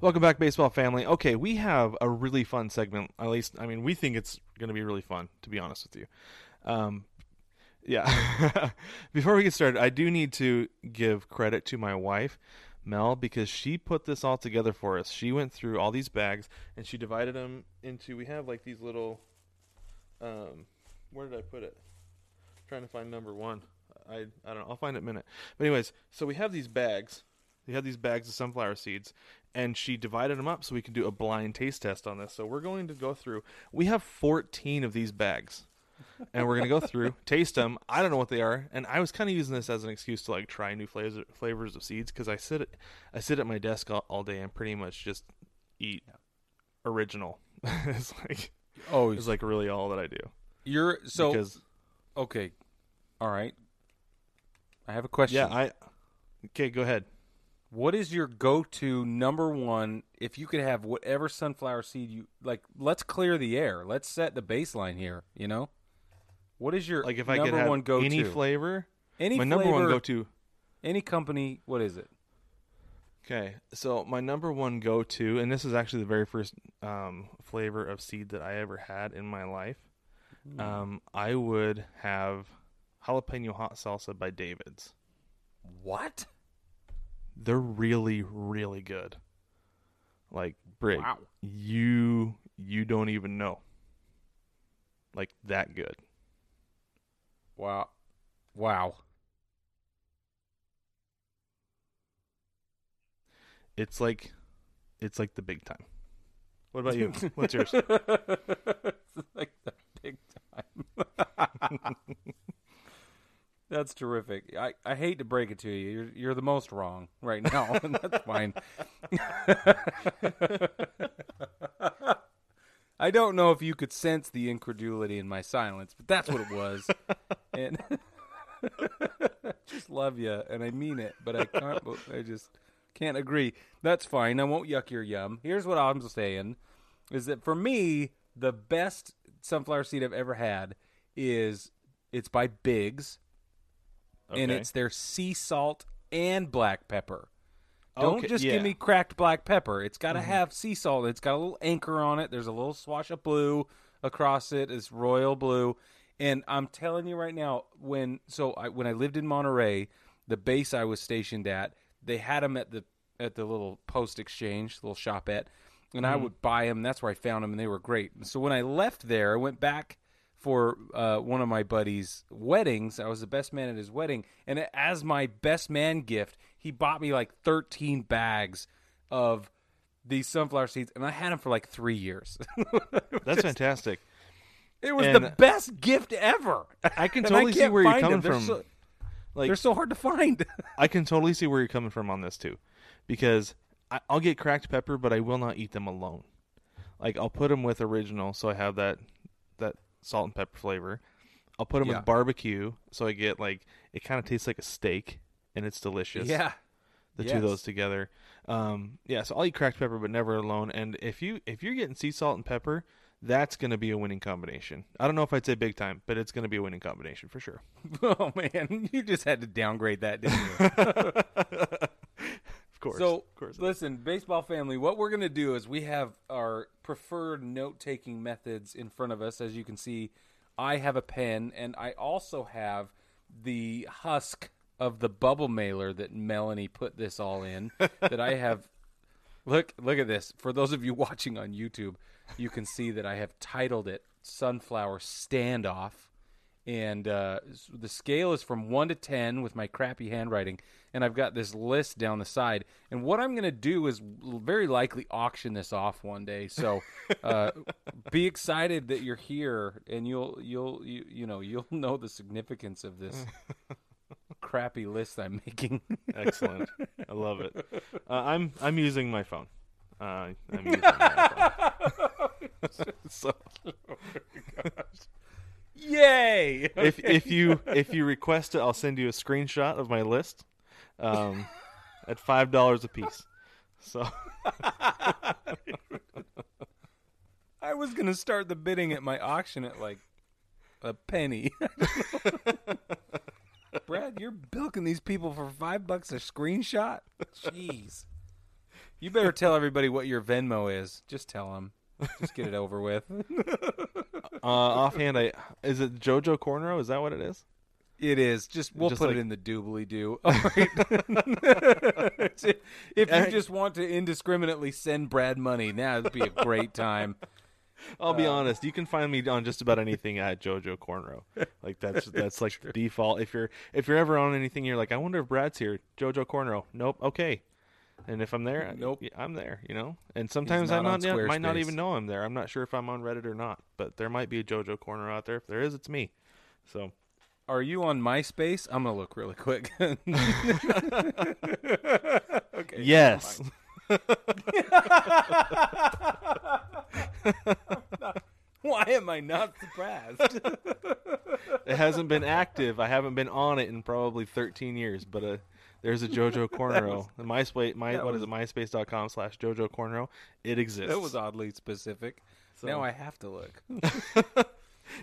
Welcome back, baseball family. Okay, we have a really fun segment. At least, I mean, we think it's going to be really fun, to be honest with you. Um, yeah. Before we get started, I do need to give credit to my wife, Mel, because she put this all together for us. She went through all these bags and she divided them into. We have like these little. Um, where did I put it? trying to find number one. I I don't know. I'll find it in a minute. But anyways, so we have these bags. We have these bags of sunflower seeds, and she divided them up so we can do a blind taste test on this. So we're going to go through. We have 14 of these bags, and we're going to go through, taste them. I don't know what they are, and I was kind of using this as an excuse to like try new flavors flavors of seeds because I sit I sit at my desk all, all day and pretty much just eat original. it's like Oh, it's like really all that I do you're so because okay. All right. I have a question. yeah I okay go ahead. what is your go-to number one if you could have whatever sunflower seed you like? Let's clear the air. Let's set the baseline here. You know, what is your like if I number could have one go-to? any flavor, Any my number one flavor- go-to. Any company? What is it? Okay, so my number one go-to, and this is actually the very first um, flavor of seed that I ever had in my life. Hmm. Um, I would have jalapeno hot salsa by David's. What? They're really, really good. Like Brig, Wow. you you don't even know. Like that good. Wow. Wow. It's like, it's like the big time. What about you? What's yours? It's like the big time. That's terrific. I, I hate to break it to you. You're you're the most wrong right now, and that's fine. I don't know if you could sense the incredulity in my silence, but that's what it was. and just love you, and I mean it, but I can't. I just can't agree. That's fine. I won't yuck your yum. Here's what I'm saying: is that for me, the best sunflower seed I've ever had is it's by Biggs, and Okay. it's their sea salt and black pepper. Don't Okay, just yeah. Mm-hmm. give me cracked black pepper. It's got to have sea salt. It's got a little anchor on it. There's a little swash of blue across it. It's royal blue. And I'm telling you right now, when so I, when I lived in Monterey, the base I was stationed at, they had them at the at the little post exchange, little shop at, and Mm-hmm. I would buy them. That's where I found them, and they were great. So when I left there, I went back for uh, one of my buddy's weddings. I was the best man at his wedding, and as my best man gift, he bought me like 13 bags of these sunflower seeds, and I had them for like three years. That's fantastic. it was the And- best gift ever. I can And totally see can't where you're find coming them. They're from. so- like They're so hard to find. I can totally see where you're coming from on this too, because I, I'll get cracked pepper, but I will not eat them alone. Like I'll put them with original, so I have that that salt and pepper flavor. I'll put them Yeah. with barbecue, so I get like it kind of tastes like a steak, and it's delicious. yeah. the two of yes. those together. Um, yeah, so I'll eat cracked pepper, but never alone. And if you if you're getting sea salt and pepper, that's going to be a winning combination. I don't know if I'd say big time, but it's going to be a winning combination for sure. Oh man, you just had to downgrade that, didn't you? Of course, so, of course. listen, baseball family, what we're going to do is we have our preferred note-taking methods in front of us. As you can see, I have a pen, and I also have the husk of the bubble mailer that Melanie put this all in. that I have. Look, look at this. For those of you watching on YouTube, you can see that I have titled it "Sunflower Standoff." and uh, s- the scale is from 1 to 10 with my crappy handwriting and i've got this list down the side and what i'm going to do is l- very likely auction this off one day so uh, be excited that you're here and you'll you'll you, you know you'll know the significance of this crappy list I'm making. Excellent. I love it. Uh, I'm I'm using my phone. Uh, I'm using my phone. so oh Yay! if if you if you request it, I'll send you a screenshot of my list, um, at five dollars a piece. So uh, I was gonna start the bidding at my auction at like a penny. Brad, you're bilking these people for five bucks a screenshot. Jeez, you better tell everybody what your Venmo is. Just tell them. Just get it over with. uh, offhand, I is it JoJo Cornero? Is that what it is? It is. Just we'll Just put like- it in the doobly doo. if you just want to indiscriminately send Brad money, now would be a great time. I'll Um, be honest. You can find me on just about anything at JoJo Cornrow. Like that's that's like the default. If you're if you're ever on anything, you're like, I wonder if Brad's here. JoJo Cornrow. Nope. Okay. And if I'm there, I- Nope. yeah, I'm there. You know. And sometimes not I'm on not. yeah, might not Squarespace. even know I'm there. I'm not sure if I'm on Reddit or not. But there might be a JoJo Cornrow out there. If there is, it's me. So Are you on MySpace? I'm gonna look really quick. yes, Why am I not surprised? it hasn't been active. I haven't been on it in probably 13 years. But uh, there's a JoJo Cornrow. The MySpace. My what is it? MySpace.com slash JoJo Cornrow. It exists. that was oddly specific. Now I have to look.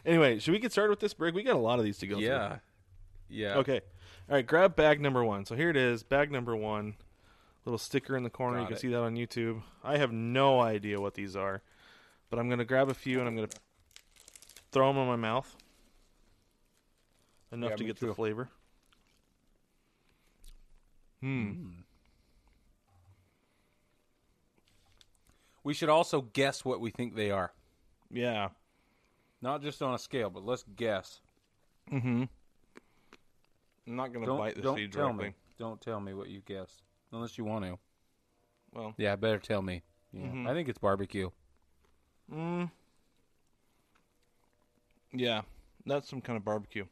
Anyway, should we get started with this, Brig? We got a lot of these to go through. yeah, yeah. Okay. All right, grab bag number one. So here it is, bag number one. Little sticker in the corner. you Got can it. see that on YouTube. I have no idea what these are, but I'm going to grab a few and I'm going to throw them in my mouth. Enough Yeah, to me get too. the flavor. We should also guess what we think they are, Yeah. not just on a scale, but let's guess. I'm not going to Don't bite this don't seed tell directly. me. Don't tell me what you guessed, unless you want to. Well, Yeah, better tell me. Yeah. Mm-hmm. I think it's barbecue. yeah. That's some kind of barbecue.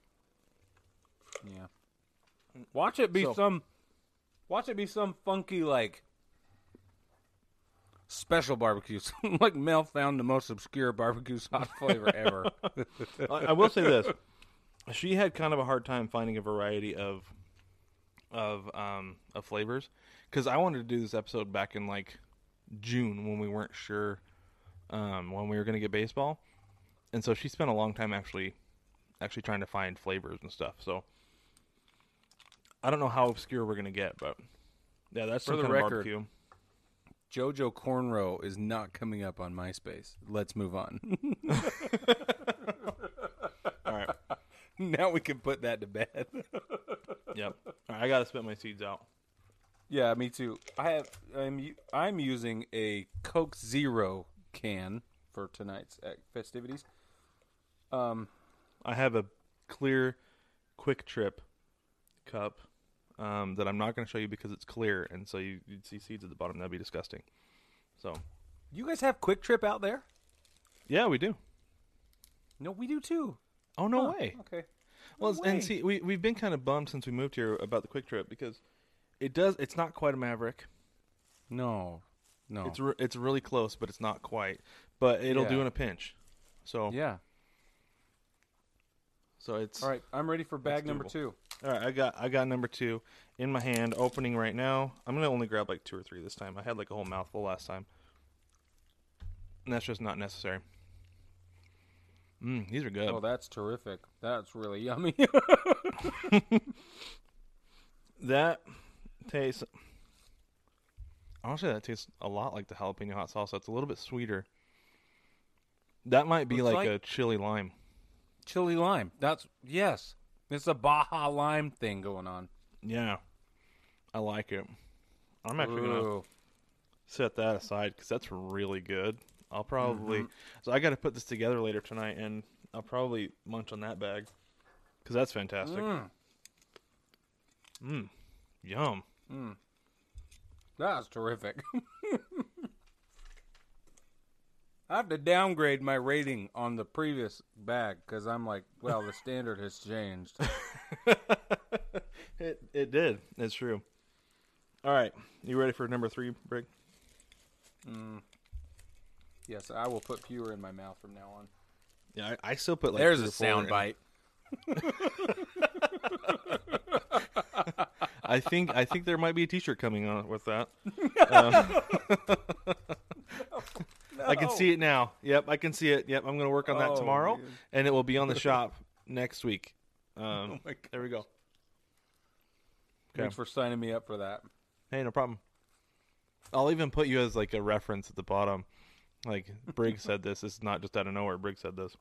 Yeah. Watch it be So- some watch it be some funky like special barbecues. like Mel found the most obscure barbecue sauce flavor ever. I, I will say this: she had kind of a hard time finding a variety of of um of flavors because I wanted to do this episode back in like June when we weren't sure um when we were going to get baseball, and so she spent a long time actually actually trying to find flavors and stuff. So I don't know how obscure we're going to get, but yeah, that's some For the kind of record- barbecue. Jojo Cornrow is not coming up on MySpace. Let's move on. All right, now we can put that to bed. yep. All right, I got to spit my seeds out. yeah, me too. I have I'm u- I'm using a Coke Zero can for tonight's uh, festivities. Um I have a clear quick trip cup um, that I'm not going to show you because it's clear, and so you, you'd see seeds at the bottom. That'd be disgusting. So, you guys have Quick Trip out there? yeah, we do. No, we do too. Oh no Huh, way! Okay. Well, No it's- and way. see, we we've been kind of bummed since we moved here about the quick trip because it does. It's not quite a Maverick. No, no. It's re- it's really close, but it's not quite. But it'll do Yeah. in a pinch. So yeah. so it's All right, I'm ready for bag number doable. two. All right, I got I got number two in my hand, opening right now. I'm gonna only grab like two or three this time. I had like a whole mouthful last time, and that's just not necessary. Mm, these are good. Oh, that's terrific. That's really yummy. that tastes. Honestly, that tastes a lot like the jalapeno hot salsa. It's a little bit sweeter. That might be It's like, like- a chili lime. Chili lime. That's yes. It's a Baja lime thing going on. Yeah, I like it. I'm actually gonna Ooh. set that aside because that's really good. I'll probably so I got to put this together later tonight, and I'll probably munch on that bag because that's fantastic. Mmm, yum. That's terrific. I have to downgrade my rating on the previous bag because I'm like, well, the standard has changed. It, It did. It's true. All right, you ready for number three, Brig? Yes, I will put pure in my mouth from now on. Yeah, I, I still put like There's three a or four sound in. bite. I think I think there might be a T-shirt coming on with that. I can see it now. Yep, I can see it. Yep, I'm going to work on that Oh, tomorrow, man. and it will be on the shop next week. Um, my God. there we go. Thanks for signing me up for that. Hey, no problem. I'll even put you as like a reference at the bottom. Like Briggs said this. This is not just out of nowhere. Briggs said this.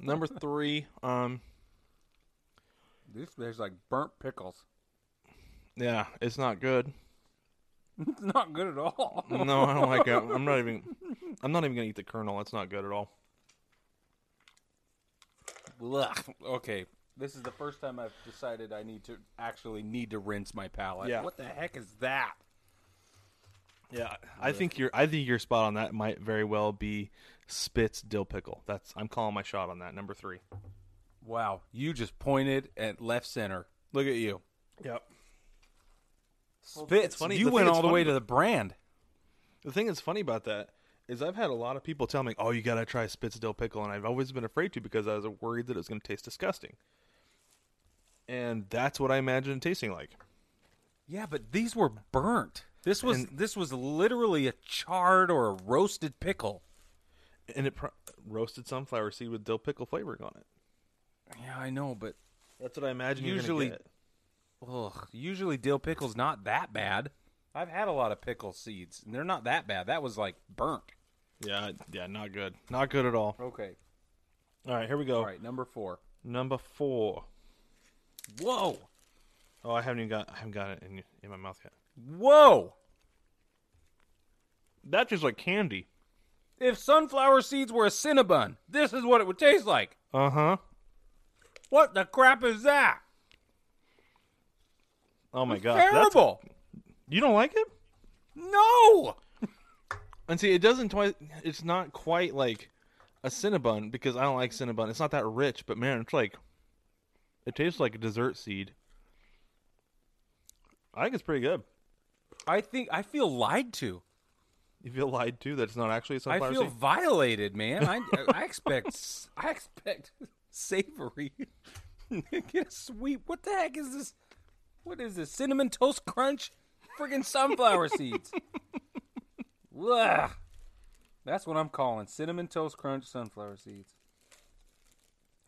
Number three. Um, This there's like burnt pickles. yeah, it's not good. It's not good at all. No, I don't like it. I'm not even. I'm not even gonna eat the kernel. It's not good at all. Blech. Okay, this is the first time I've decided I need to actually need to rinse my palate. Yeah. What the heck is that? Yeah, I think you're. I think your spot on that might very well be Spitz dill pickle. That's. I'm calling my shot on that. Number three. Wow, you just pointed at left center. Look at you. Yep. Spitz, funny- the you thing went that's all the way funny- to the brand. The thing that's funny about that is I've had a lot of people tell me, "Oh, you gotta try Spitz dill pickle," and I've always been afraid to because I was worried that it was gonna taste disgusting. And that's what I imagine it tasting like. Yeah, but these were burnt. This was And- this was literally a charred or a roasted pickle. And it pro- roasted sunflower seed with dill pickle flavoring on it. Yeah, I know, but That's what I imagine. Usually- Usually, ugh, usually dill pickles not that bad. I've had a lot of pickle seeds, and they're not that bad. That was like burnt. yeah, yeah, not good, not good at all. Okay. All right, here we go. All right, number 4. Number four. Whoa. Oh, I haven't even got. I haven't got it in in my mouth yet. Whoa. That tastes like candy. If sunflower seeds were a Cinnabon, this is what it would taste like. Uh huh. What the crap is that? Oh my god. That's, Terrible. you don't like it? No. And see, it doesn't. Twi- it's not quite like a Cinnabon because I don't like Cinnabon. It's not that rich, but man, it's like it tastes like a dessert seed. I think it's pretty good. I think I feel lied to. You feel lied to that it's not actually a I sunflower feel seed. violated, man. I, I expect s- I expect savory. Get a sweet. What the heck is this? What is this? Cinnamon toast crunch? Friggin' sunflower seeds. Ugh. That's what I'm calling cinnamon toast crunch sunflower seeds.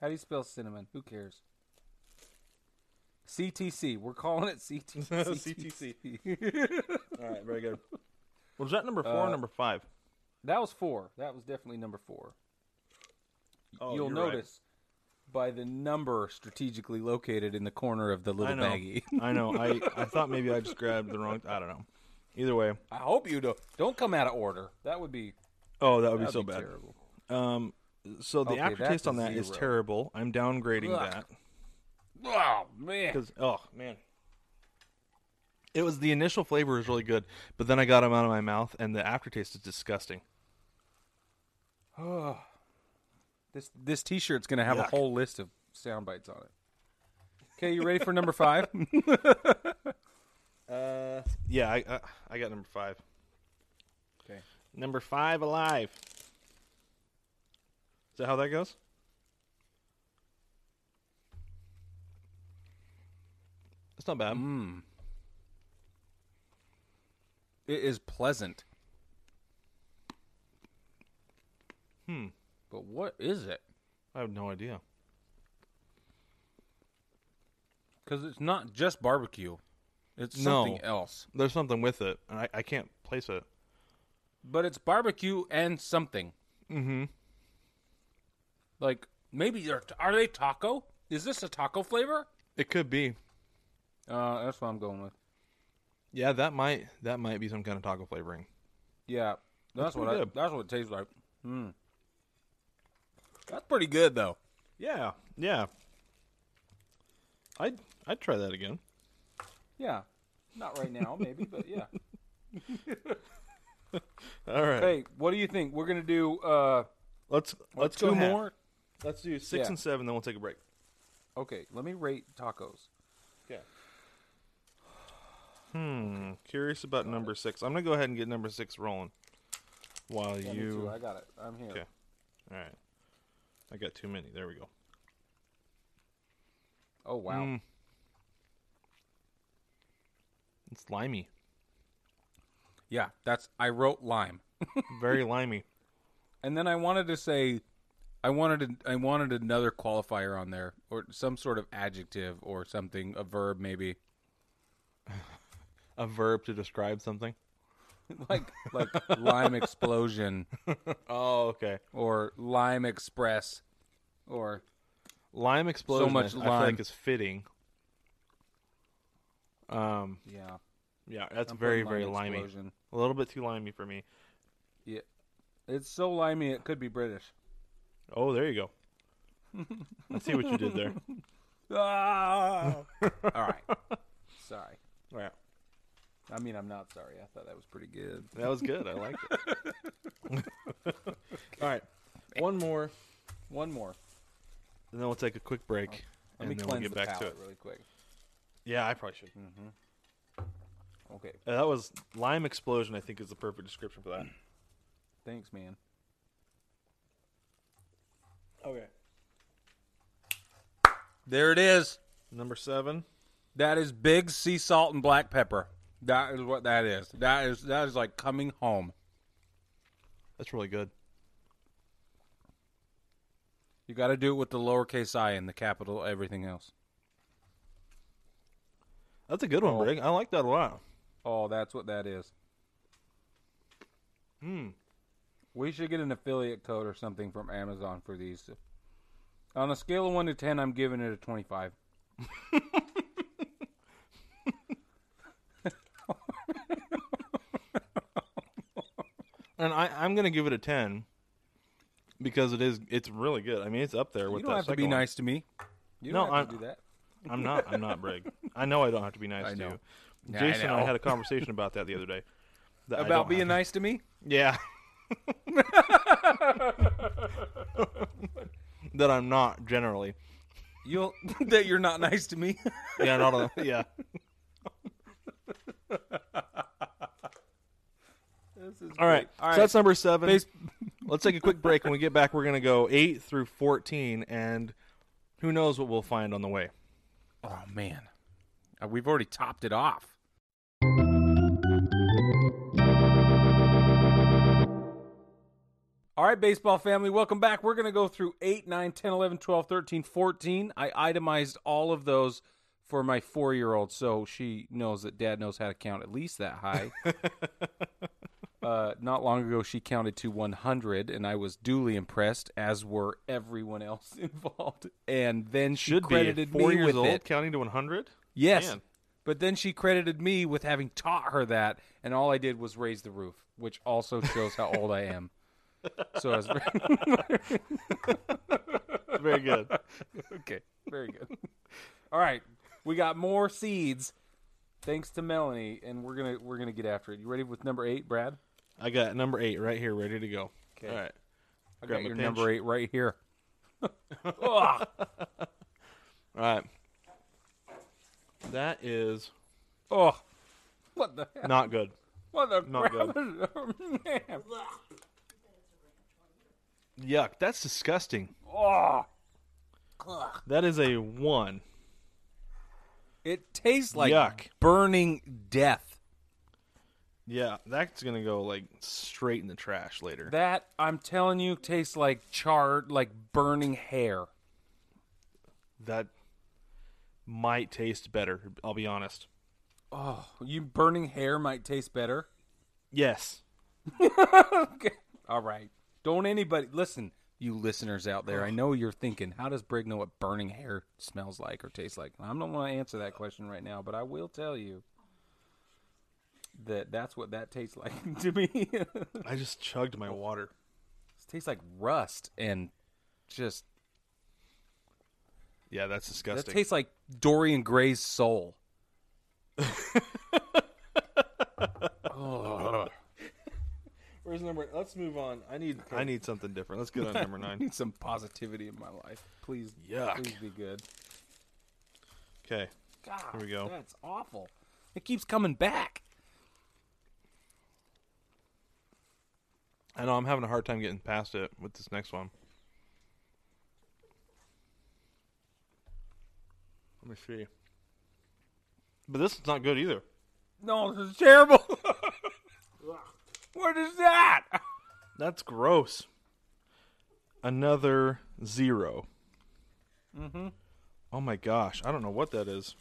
How do you spell cinnamon? Who cares? CTC. We're calling it CTC. All right, very good. Uh, Was that number four or number five? That was four. That was definitely number four. Oh, You'll you're right. notice by the number strategically located in the corner of the I little know. baggie. I know. I, I thought maybe I just grabbed the wrong. I don't know. Either way. I hope you don't don't come out of order. That would be Oh, that would that'd be so be bad. terrible. Um, so the Okay, that's aftertaste a on that is zero. terrible. I'm downgrading Ugh. that Oh man, because oh man, it was the initial flavor is really good, but then I got them out of my mouth and the aftertaste is disgusting. this this T-shirt's gonna have a Yuck. whole list of sound bites on it. Okay, you ready for number five? Uh, Yeah, I I, I got number five. okay. Number five alive. Is that how that goes? That's not bad. It is pleasant. Hmm. Hmm. But what is it? I have no idea. Because it's not just barbecue. It's No. something else. There's something with it, and I, I can't place it. but it's barbecue and something. Mm-hmm. Like maybe they're are they taco? Is this a taco flavor? It could be. Uh, that's what I'm going with. Yeah, that might that might be some kind of taco flavoring. Yeah, that's, what pretty I, good. that's what it tastes like. Hmm. That's pretty good though. Yeah, yeah. I'd I'd try that again. Yeah, not right now maybe, but yeah. All right, Hey, what do you think? We're gonna do uh, let's let's two go half. more. Let's do six Yeah. and seven, then we'll take a break. Okay, let me rate tacos. Okay. Hmm. Curious about number six. I'm gonna go ahead and get number six rolling. While Yeah, me you. too. I got it. I'm here. Okay. All right. I got too many. There we go. Oh wow. Mm. It's limey. Yeah, that's I wrote lime. Very limey. And then I wanted to say, I wanted to, I wanted another qualifier on there, or some sort of adjective, or something, a verb maybe, A verb to describe something. like like lime explosion, Oh, okay. or lime express, or Lime explosion. much I- I feel lime. like is fitting. Um. yeah, Yeah, that's I'm very putting very lime limey. explosion. A little bit too limey for me. yeah. It's so limey it could be British. Oh, there you go. I see what you did there. Ah! All right, sorry. All right. I mean, I'm not sorry. I thought that was pretty good. That was good. I liked it. All right. One more, One more. and then we'll take a quick break, Let and me then cleanse we'll get the back palate Mm. to it. really quick. Yeah, I probably should. Okay, Uh, That was lime explosion. I think is the perfect description for that. thanks, man. Okay. There it is. Number seven. That is big sea salt and black pepper. That is what that is. That is that is like coming home. That's really good. You got to do it with the lowercase i and the capital everything else. That's a good one, Brig. I like that a lot. Oh, that's what that is. Hmm. We should get an affiliate code or something from Amazon for these. On a scale of one to ten, I'm giving it a twenty-five. And I, I'm gonna give it a ten because it is. It's really good. I mean, it's up there with You don't that have to second be one. nice to me. You don't No, have to I'm- do that. I'm not. I'm not Brig. I know I don't have to be nice I to know. you. Yeah, I Jason and I know. had a conversation about that the other day. that I don't About have being to- nice to me. Yeah. that I'm not generally. You'll that you're not nice to me. Yeah, not a, yeah. this is All right. great. All right. So that's number seven. Base- Let's take a quick break. When we get back, we're gonna go eight through fourteen, and who knows what we'll find on the way. Oh man, Uh, we've already topped it off. All right, baseball family, welcome back. We're going to go through 8, 9, 10, 11, 12, 13, 14. I itemized all of those for my four year old, so she knows that dad knows how to count at least that high. uh, not long ago, she counted to 100, and I was duly impressed, as were everyone else involved. And then she Should be credited four me years with old, it. counting to one hundred. Yes. Man. But then she credited me with having taught her that, and all I did was raise the roof, which also shows how old I am. So I was very, Very good. okay, very good. All right, we got more seeds, thanks to Melanie, and we're gonna we're gonna get after it. You ready with number eight, Brad? I got number eight right here, ready to go. 'Kay. All right. I Grab got my your pinch. number eight right here. Ugh. All right. That is oh, what the heck? not good. What the Not crap? Man. Yuck. That's disgusting. Ugh. That is a one. It tastes like Yuck. burning death. Yeah, that's gonna go like straight in the trash later. That I'm telling you tastes like charred, like burning hair. that might taste better. I'll be honest. Oh, you burning hair might taste better. Yes. Okay. All right. Don't anybody listen, you listeners out there. I know you're thinking, how does Brig know what burning hair smells like or tastes like? I don't want to answer that question right now, but I will tell you that that's what that tastes like to me. it I just chugged my water. tastes like rust and just Yeah, that's that disgusting. tastes like Dorian Gray's soul. Where's number? Let's move on. I need. I need something different. Let's get on number I nine. need some positivity in my life. Please, Yuck. please be good. Okay. God, Here we go. That's awful. It keeps coming back. I know I'm having a hard time getting past it with this next one. Let me see. But this is not good either. No, this is terrible. what is that? That's gross. Another zero. Mm-hmm. Mm-hmm. Oh my gosh, I don't know what that is.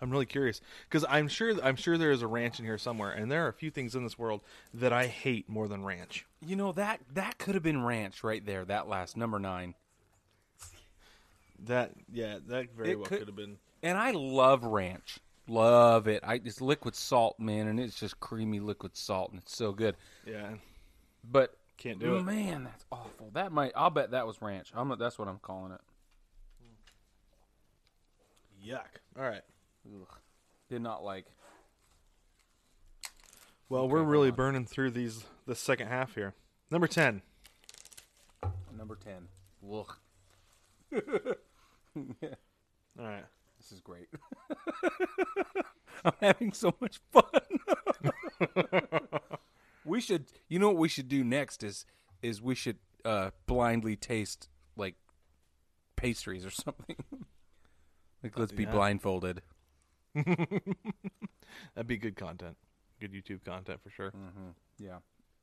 I'm really curious because I'm sure I'm sure there is a ranch in here somewhere, and there are a few things in this world that I hate more than ranch. You know that that could have been ranch right there. That last number nine. That yeah, that very It well could- could have been. And I love ranch. Love it. I it's liquid salt, man, and it's just creamy liquid salt and it's so good. Yeah, But Can't do it. Man, that's awful. That might I'll bet that was ranch. I'm that's what I'm calling it. yuck. All right. Did not like. Well, we're really burning through these the second half here. Number ten. Number 10. Look. All right. This is great. I'm having so much fun. we should, you know, what we should do next is is we should uh, blindly taste like pastries or something. like let's be blindfolded. That'd be good content. Good YouTube content for sure. Yeah,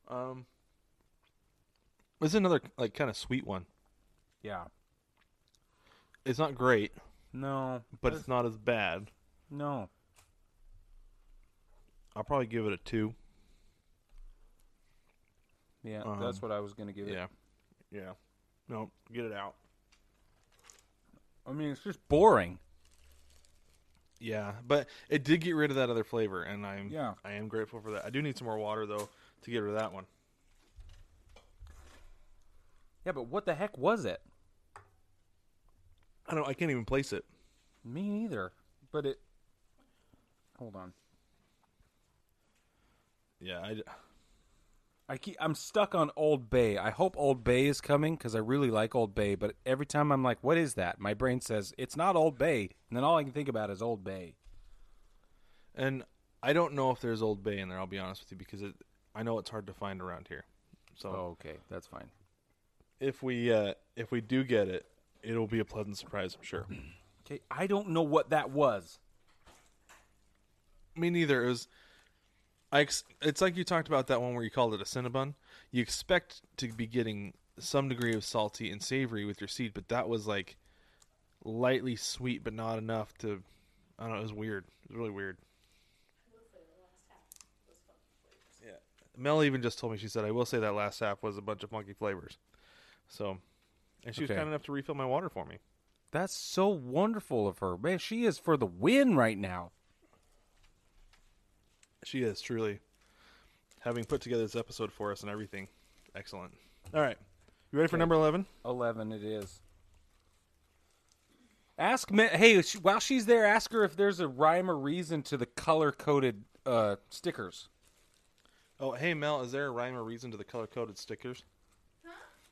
Um, this is another like kind of sweet one. yeah. It's not great, No, but it's not as bad. no. I'll probably give it a two. Yeah, that's what I was gonna give it. Yeah, yeah. No, get it out. I mean, it's just boring. Yeah, but it did get rid of that other flavor, and I'm Yeah. I am grateful for that. I do need some more water though to get rid of that one. Yeah, but what the heck was it? I don't. I can't even place it. Me neither. But it. Hold on. Yeah, I. d- I keep, I'm stuck on Old Bay. I hope Old Bay is coming because I really like Old Bay. But every time I'm like, "What is that?" My brain says it's not Old Bay, and then all I can think about is Old Bay. And I don't know if there's Old Bay in there. I'll be honest with you because it, I know it's hard to find around here. So Oh, okay, that's fine. if we uh, if we do get it, it'll be a pleasant surprise. I'm sure. Okay, I don't know what that was. Me neither. It was. I ex- it's like you talked about that one where you called it a cinnabon. You expect to be getting some degree of salty and savory with your seed, but that was like lightly sweet, but not enough to. I don't know. It was weird. It was really weird. Yeah. Mel even just told me. She said, "I will say that last half was a bunch of funky flavors." So, and she Okay. was kind enough to refill my water for me. That's so wonderful of her, man. She is for the win right now. She is truly having put together this episode for us and everything. Excellent. All right. You ready for number 11? Eleven, it is. Ask me, hey, sh- while she's there, ask her if there's a rhyme or reason to the color coded uh, stickers. Oh, hey, Mel, is there a rhyme or reason to the color coded stickers?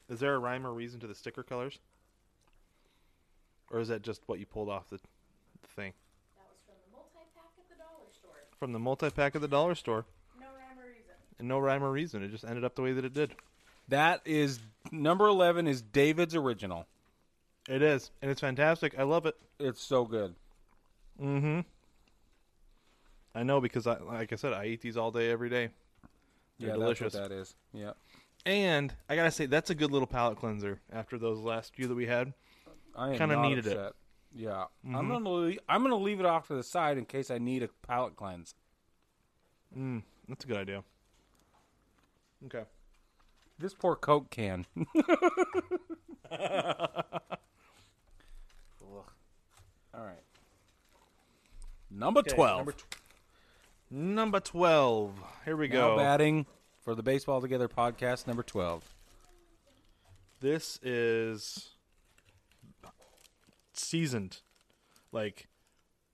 Is there a rhyme or reason to the sticker colors? Or is that just what you pulled off the the thing? That was from the multi-pack at the dollar store. From the multi pack at the dollar store. No rhyme or reason. And no rhyme or reason. It just ended up the way that it did. That is number 11 is David's original. It is. And it's fantastic. I love it. It's so good. I know because, I, like I said, I eat these all day, every day. They're yeah, delicious. that's what that is. Yeah. And I gotta say, that's a good little palate cleanser after those last few that we had. I am Kinda not needed it. Mm-hmm. upset. Yeah. I'm going to leave, I'm going to leave it off to the side in case I need a palate cleanse. That's a good idea. Okay. This poor Coke can. All right. Number 12. Number, tw- number 12. Here we Now go. batting for the Baseball Together podcast number 12. This is seasoned. Like,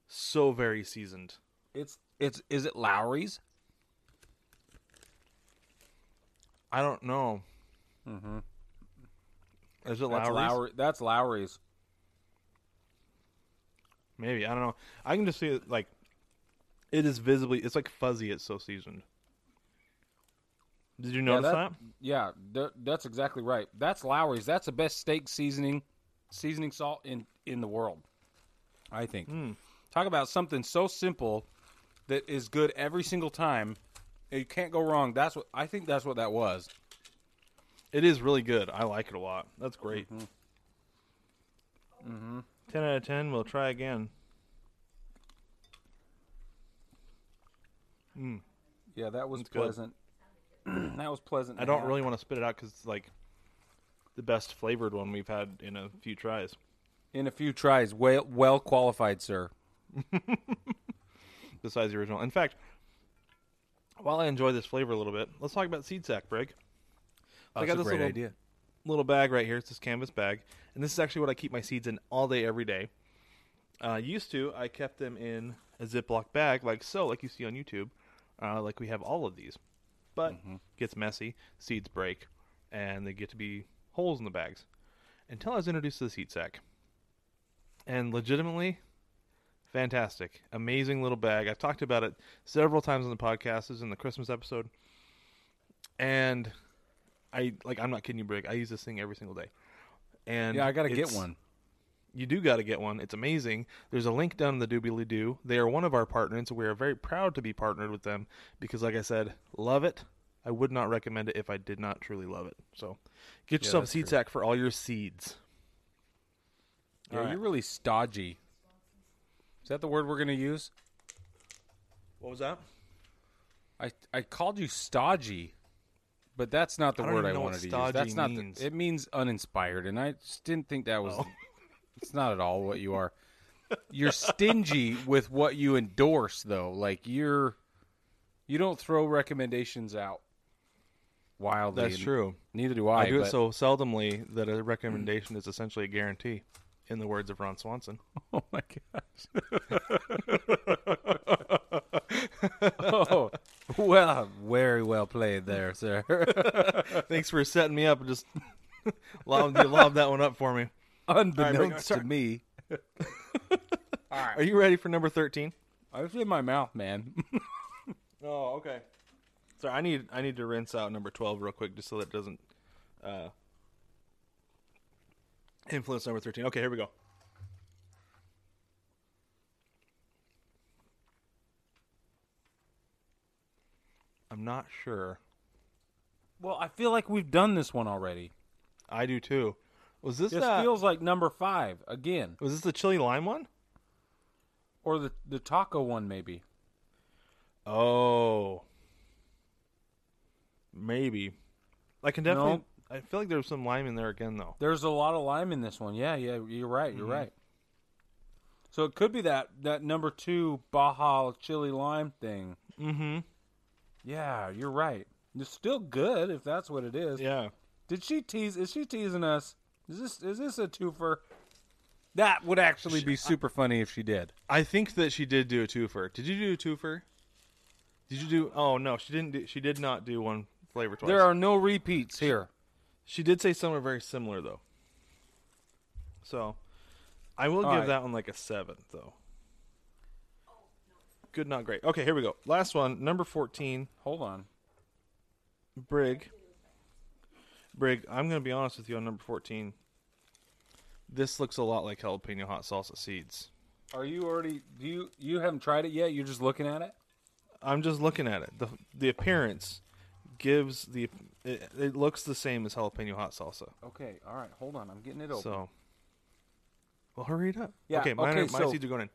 so very seasoned. It's it's is it Lowry's? I don't know. Mm-hmm. Is it That's Lowry's? Lowry. That's Lowry's. Maybe I don't know. I can just see it like it is visibly. It's like fuzzy. It's so seasoned. Did you notice yeah, that? Yeah, th- that's exactly right. That's Lowry's. That's the best steak seasoning seasoning salt in in the world. I think. Talk about something so simple that is good every single time. You can't go wrong. That's what I think. That's what that was. It is really good. I like it a lot. That's great. Mm-hmm. Ten out of ten. We'll try again. Yeah, that was good. pleasant. that was pleasant. I don't really want to spit it out because it's like the best flavored one we've had in a few tries. in a few tries. Well, well qualified, sir. besides the original. In fact, while I enjoy this flavor a little bit, let's talk about seed sack break. I got Oh, that's a this great little- idea. Little bag right here. It's this canvas bag, and this is actually what I keep my seeds in all day, every day. Uh, used to, I kept them in a Ziploc bag, like so, like you see on YouTube, uh, like we have all of these. But Mm-hmm. gets messy, seeds break, and they get to be holes in the bags. Until I was introduced to the seed sack, and legitimately, fantastic, amazing little bag. I've talked about it several times on the podcast. This is in the Christmas episode, and I like I'm not kidding you, Brick. I use this thing every single day. And Yeah, I got to get it's- one. you do got to get one. It's amazing. There's a link down in the doobly doo. They are one of our partners, and we are very proud to be partnered with them because, like I said, love it. I would not recommend it if I did not truly love it. So, get yourself a that's seed true. sack for all your seeds. Yeah, Alright. you're really stodgy. Is that the word we're going to use? What was that? I I called you stodgy, but that's not the I don't word even I know what wanted to use. stodgy That's not means. Oh. The, it means uninspired, and I just didn't think that was. It's not at all what you are. You're stingy with what you endorse, though. Like you're, you don't throw recommendations out wildly. That's and true. Neither do I. I do it but- so seldomly that a recommendation is essentially a guarantee, in the words of Ron Swanson. Oh my gosh. oh, well, very well played there, sir. Thanks for setting me up. and Just lob, you lobbed that one up for me. Unbeknownst to sorry. me, Are you ready for number thirteen? I was in my mouth, man. Oh, okay. Sorry, I need I need to rinse out number twelve real quick, just so that doesn't uh, influence number thirteen. Okay, here we go. I'm not sure. well, I feel like we've done this one already. I do too. Was this This that, feels like number five again, was this the chili lime one? or the the taco one, maybe. Oh, maybe. I can definitely. No. I feel like there was some lime in there again, though. There's a lot of lime in this one. Yeah, yeah, you're right. You're right. So it could be that that number two Baja chili lime thing. Mm-hmm. Yeah, you're right. It's still good if that's what it is. Yeah. Did she tease? Is she teasing us? Is this is this a twofer? That would actually be super funny if she did. I think that she did do a twofer. Did you do a twofer? Did you do? Oh no, she didn't. Do, she did not do one flavor twice. There are no repeats here. she did say some are very similar though. So, I will All give right. that one like a seven though. Good, not great. Okay, here we go. Last one, number fourteen, Hold on. Brig. Brig, I'm going to be honest with you on number fourteen. This looks a lot like jalapeno hot salsa seeds. Are you already? Do you you haven't tried it yet? You're just looking at it. I'm just looking at it. The the appearance gives the it, it looks the same as jalapeno hot salsa. Okay. All right. Hold on. I'm getting it open. So, well, hurry it up. Oh. Yeah, okay, mine okay, are, my so- seeds are going in.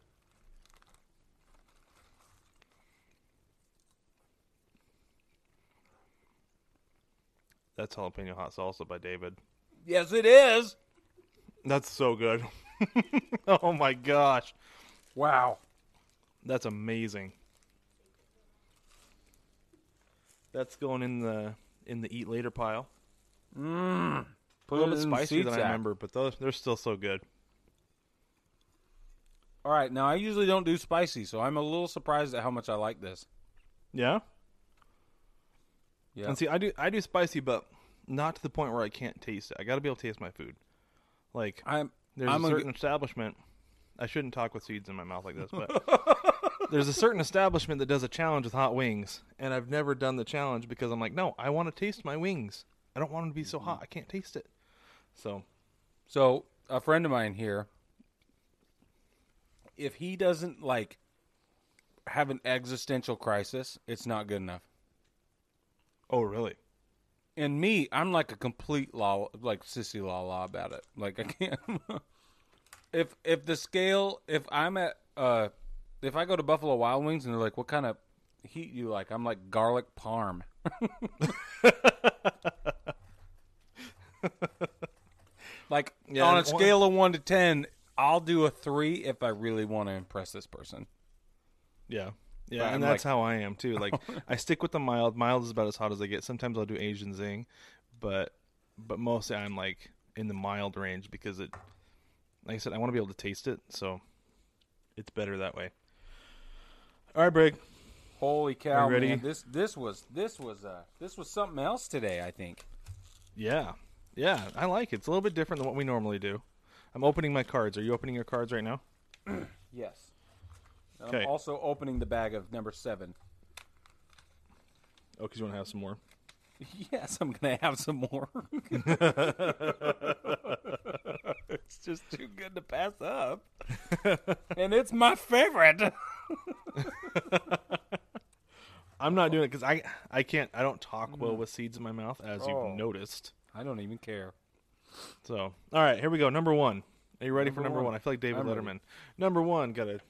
That's jalapeno hot salsa by David. yes, it is. That's so good. oh my gosh, Wow. that's amazing. That's going in the in the eat later pile. Put a little bit it in spicier seed than I sack. remember, but those they're still so good. All right. Now I usually don't do spicy, so I'm a little surprised at how much I like this. Yeah. Yeah. And see, I do I do spicy, but not to the point where I can't taste it. I got to be able to taste my food. Like I'm. there's I'm a gonna certain establishment I shouldn't talk with seeds in my mouth like this, but there's a certain establishment that does a challenge with hot wings, and I've never done the challenge because I'm like, no, I want to taste my wings. I don't want them to be so hot. I can't taste it. So So a friend of mine here, if he doesn't like have an existential crisis, it's not good enough. Oh, really? And me, I'm like a complete law, like sissy la la about it. Like I can't. if if the scale, if I'm at, uh, if I go to Buffalo Wild Wings and they're like, "What kind of heat you like?" I'm like garlic parm. like Yeah, on a and one- scale of one to ten, I'll do a three if I really want to impress this person. Yeah. Yeah, But and I'm that's like- how I am too. Like I stick with the mild. Mild is about as hot as I get. Sometimes I'll do Asian zing, but but mostly I'm like in the mild range because it like I said, I want to be able to taste it, so it's better that way. All right, Brig. Holy cow! ready? Man. This this was this was uh this was something else today. I think. Yeah. Yeah, I like it. It's a little bit different than what we normally do. I'm opening my cards. Are you opening your cards right now? Yes. And Okay. I'm also opening the bag of number seven. Oh, because you want to have some more. Yes, I'm gonna have some more. it's just too good to pass up, and it's my favorite. I'm not doing it because I I can't I don't talk well with seeds in my mouth as Oh. you've noticed. I don't even care. So, all right, here we go. Number one. Are you ready for Number number one? one. I feel like David I'm ready. Letterman. Number one, gotta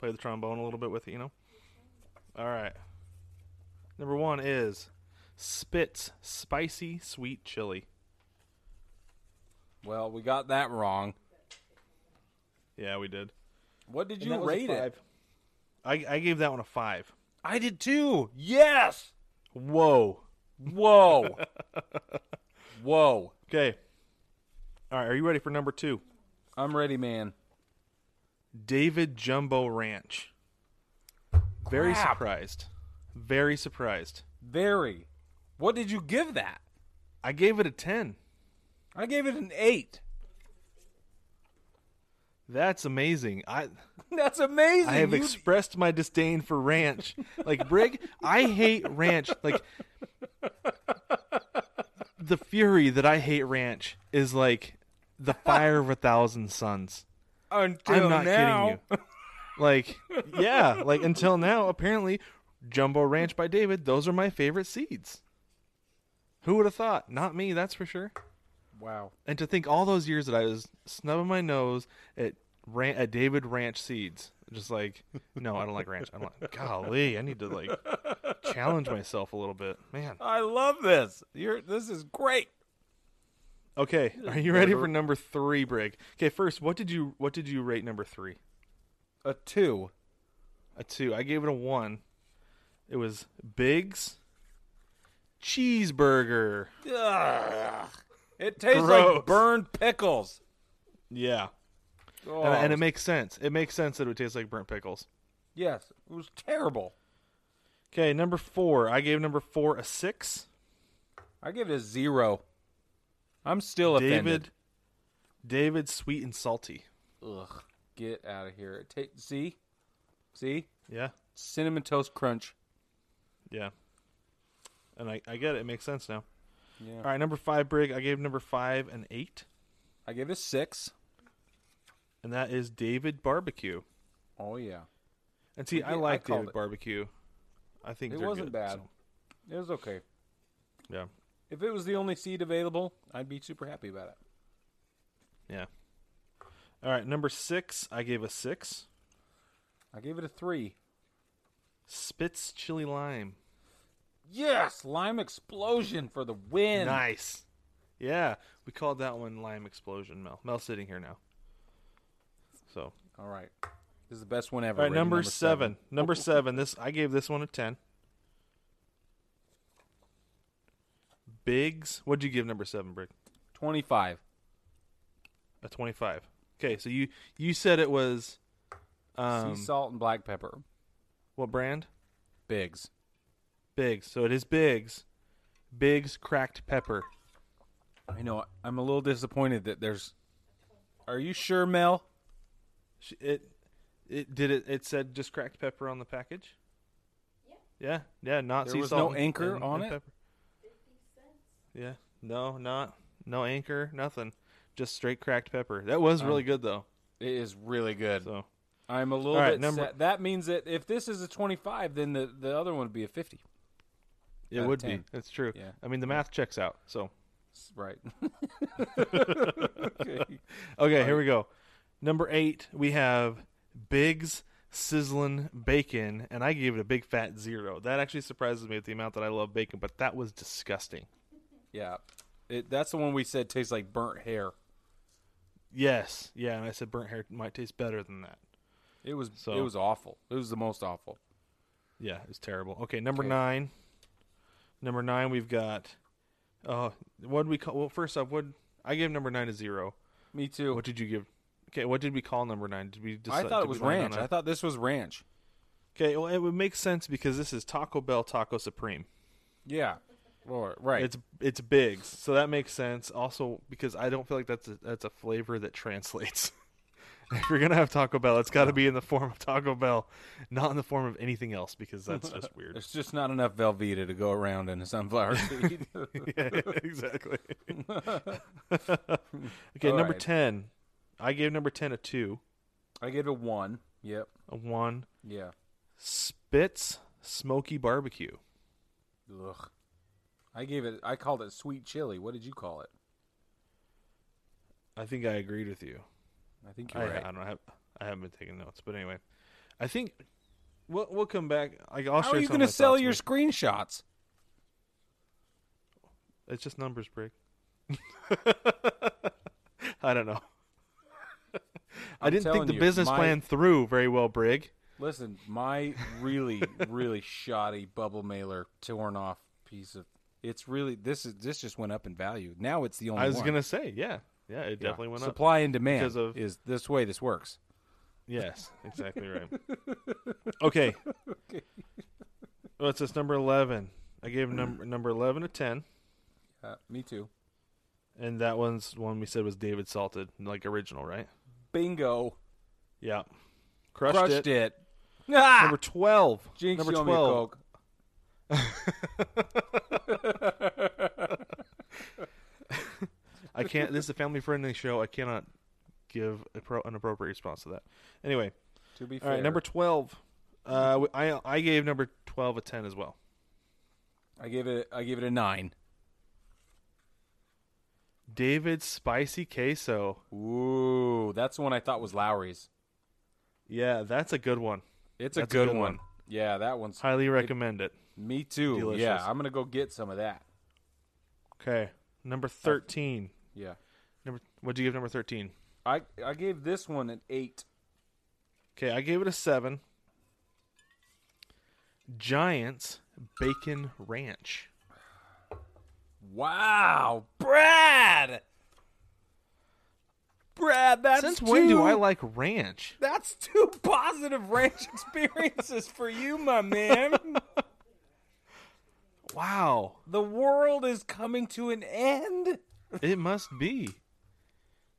play the trombone a little bit with it, you know. All right. Number one is Spitz spicy sweet chili. Well, we got that wrong. Yeah, we did. What did And that you was a rate it? five. I I gave that one a five. I did too. Yes. Whoa. Whoa. Whoa. Okay. All right. Are you ready for number two? I'm ready, man. David Jumbo Ranch. Very Crap. surprised. Very surprised. Very. What did you give that? I gave it a ten. I gave it an eight. That's amazing. I That's amazing. I have You- expressed my disdain for ranch. Like Brig, I hate ranch. Like the fury that I hate ranch is like the fire of a thousand suns. until I'm not now. kidding you. Like yeah, like until now, apparently Jumbo Ranch by David, those are my favorite seeds. Who would have thought? Not me, that's for sure. Wow. And to think all those years that I was snubbing my nose at ran- at David Ranch seeds, just like no, I don't like ranch. I'm like, golly, I need to like challenge myself a little bit, man. I love this. You're this is great. Okay, are you ready for number three, Brig? Okay, first, what did you what did you rate number three? A two. A two. I gave it a one. It was Biggs cheeseburger. Ugh. It tastes Gross. like burned pickles. Yeah, Oh, and, and it makes sense. It makes sense that it would taste like burnt pickles. yes, it was terrible. Okay, number four. I gave number four a six. I give it a zero. I'm still offended. David, David, sweet and salty. Ugh, get out of here. It ta- see, see, Yeah, cinnamon toast crunch. yeah. And I, I get it. It makes sense now. Yeah. All right, number five, Brig. I gave number five an eight, I give it a six. and that is David Barbecue. Oh yeah, And see, I did- I like called David it. Barbecue. I think it they're wasn't good, bad. so, It was okay. yeah, If it was the only seed available, I'd be super happy about it. yeah. All right, number six. I gave a six. I gave it a three. Spitz chili lime. Yes, lime explosion for the win. Nice. Yeah, we called that one lime explosion. Mel, Mel's sitting here now. So All right. This is the best one ever. All right, rating number, seven. Number seven. This I gave this one a ten. Biggs, what'd you give number seven, Brick? 25. A twenty-five. Okay, so you you said it was um, sea salt and black pepper. what brand? Biggs. Biggs. So it is Biggs. Biggs cracked pepper. I know. I'm a little disappointed that there's. Are you sure, Mel? She, it it did it. It said just cracked pepper on the package. Yeah, yeah, not There sea was salt. no and- anchor and- on and it? pepper. Yeah, no, not no anchor, nothing. Just straight cracked pepper. That was Oh. really good though. It is really good. So I'm a little All right, bit number- sad. That means that if this is a 25, then the, the other one would be a 50. it Out of would 10. be. That's true. Yeah. I mean, the math checks out. So S- Right. okay. okay, here we go. Number eight, we have Biggs sizzling bacon, and I gave it a big fat zero. That actually surprises me at the amount that I love bacon, but that was disgusting. Yeah. It, that's the one we said tastes like burnt hair. Yes, yeah, and I said burnt hair might taste better than that. It was So- it was awful. It was the most awful. Yeah, it's terrible. Okay, number Okay. nine. Number nine, we've got. Uh, what did we call? Well, first off, what I gave number nine a zero. Me too. What did you give? Okay, what did we call number nine? Did we? I Decide, thought did it was we land ranch. on a- I thought this was ranch. Okay, well, it would make sense because this is Taco Bell Taco Supreme. Yeah. Or, right. It's it's big, so that makes sense. Also, because I don't feel like that's a, that's a flavor that translates. if you're gonna have Taco Bell, it's got to be in the form of Taco Bell, not in the form of anything else, because that's just weird. There's just not enough Velveeta to go around in a sunflower seed. yeah, exactly. okay, All number right. 10. I gave number 10 a 2, I gave it a one. Yep. a 1. Yeah. Spitz Smoky Barbecue. Ugh. I gave it. I called it sweet chili. What did you call it? I think I agreed with you. I think I, you're right. I don't know, I have I haven't been taking notes, but anyway. I think we'll we'll come back. I I'll How share are you some of going to my sell thoughts your with- screenshots? It's just numbers, Brig. I don't know. I I'm didn't telling think the you, business my- plan through very well, Brig. Listen, my really, really shoddy bubble mailer torn off piece of. It's really this is this just went up in value. Now it's the only. I was one. gonna say, yeah, yeah, it definitely went up. Supply and demand because of- is this way this works. Yes, exactly right. okay. What's this number eleven? I gave number number eleven a ten, Uh, me too. and that one's one we said was David salted, like original, right? Bingo. Yeah, crushed, Crushed it. it. Number twelve. Jinx, number you owe me a twelve. Coke. I can't. This is a family friendly show. I cannot give a pro, an appropriate response to that. Anyway, To be all fair, right. Number twelve. Uh, I I gave number twelve a ten as well. I gave it. I gave it a nine. David's spicy queso. Ooh, that's the one I thought was Lowry's. Yeah, that's a good one. It's That's a good, one. Yeah, that one's. Highly recommend it. Me too. Delicious. Yeah, I'm gonna go get some of that. Okay. Number 13. Yeah, Number What'd you give number 13? I I gave this one an eight. Okay, I gave it a 7. Giants Bacon Ranch. Wow, Brad. Brad, that's Since when do two- I like ranch? That's two positive ranch experiences for you, my man. Wow. the world is coming to an end. It must be.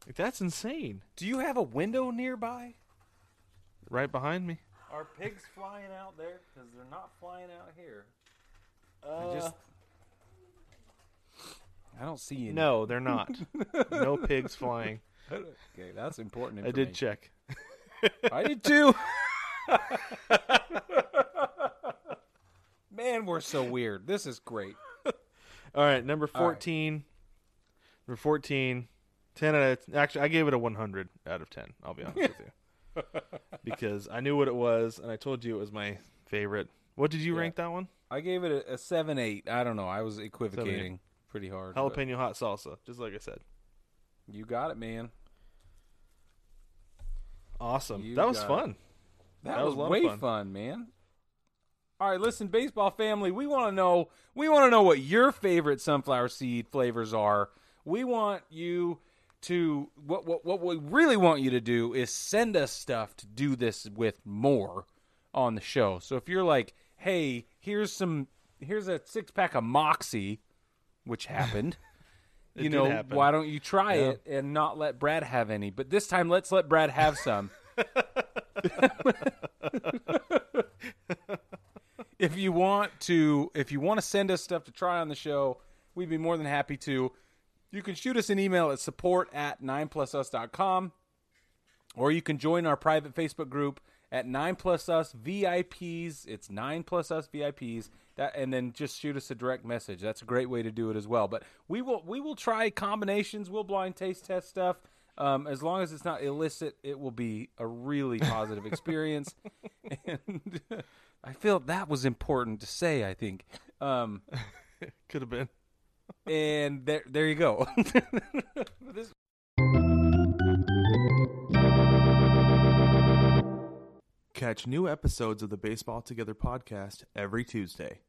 Like, That's insane. Do you have a window nearby? Right behind me. Are pigs flying out there? Because they're not flying out here. I just. I don't see any. No, they're not. no pigs flying. Okay, that's important. I did check. I did too. Man, we're so weird. This is great. All right, number All right. 14. Number 14. 10 out of actually I gave it a 100 out of 10, I'll be honest with you. Because I knew what it was and I told you it was my favorite. What did you rank that one? I gave it a, a seven eight. I don't know. I was equivocating pretty hard. but Jalapeno hot salsa, just like I said. You got it, man. Awesome. You that was got fun. That, That was was, a lot of way fun. fun, man. All right, listen, baseball family, we want to know we want to know what your favorite sunflower seed flavors are. We want you to what what what we really want you to do is send us stuff to do this with more on the show. So if you're like, "Hey, here's some here's a six-pack of Moxie," which happened, you did know, happen. why don't you try it and not let Brad have any? But this time let's let Brad have some. if you want to if you want to send us stuff to try on the show we'd be more than happy to you can shoot us an email at support at 9plusus.com or you can join our private facebook group at 9 plus us vips it's 9 plus us vips that, and then just shoot us a direct message that's a great way to do it as well but we will we will try combinations we'll blind taste test stuff um, as long as it's not illicit it will be a really positive experience and I feel that was important to say. I think, um, Could have been. and there, there you go. This- Catch new episodes of the Baseball Together podcast every Tuesday.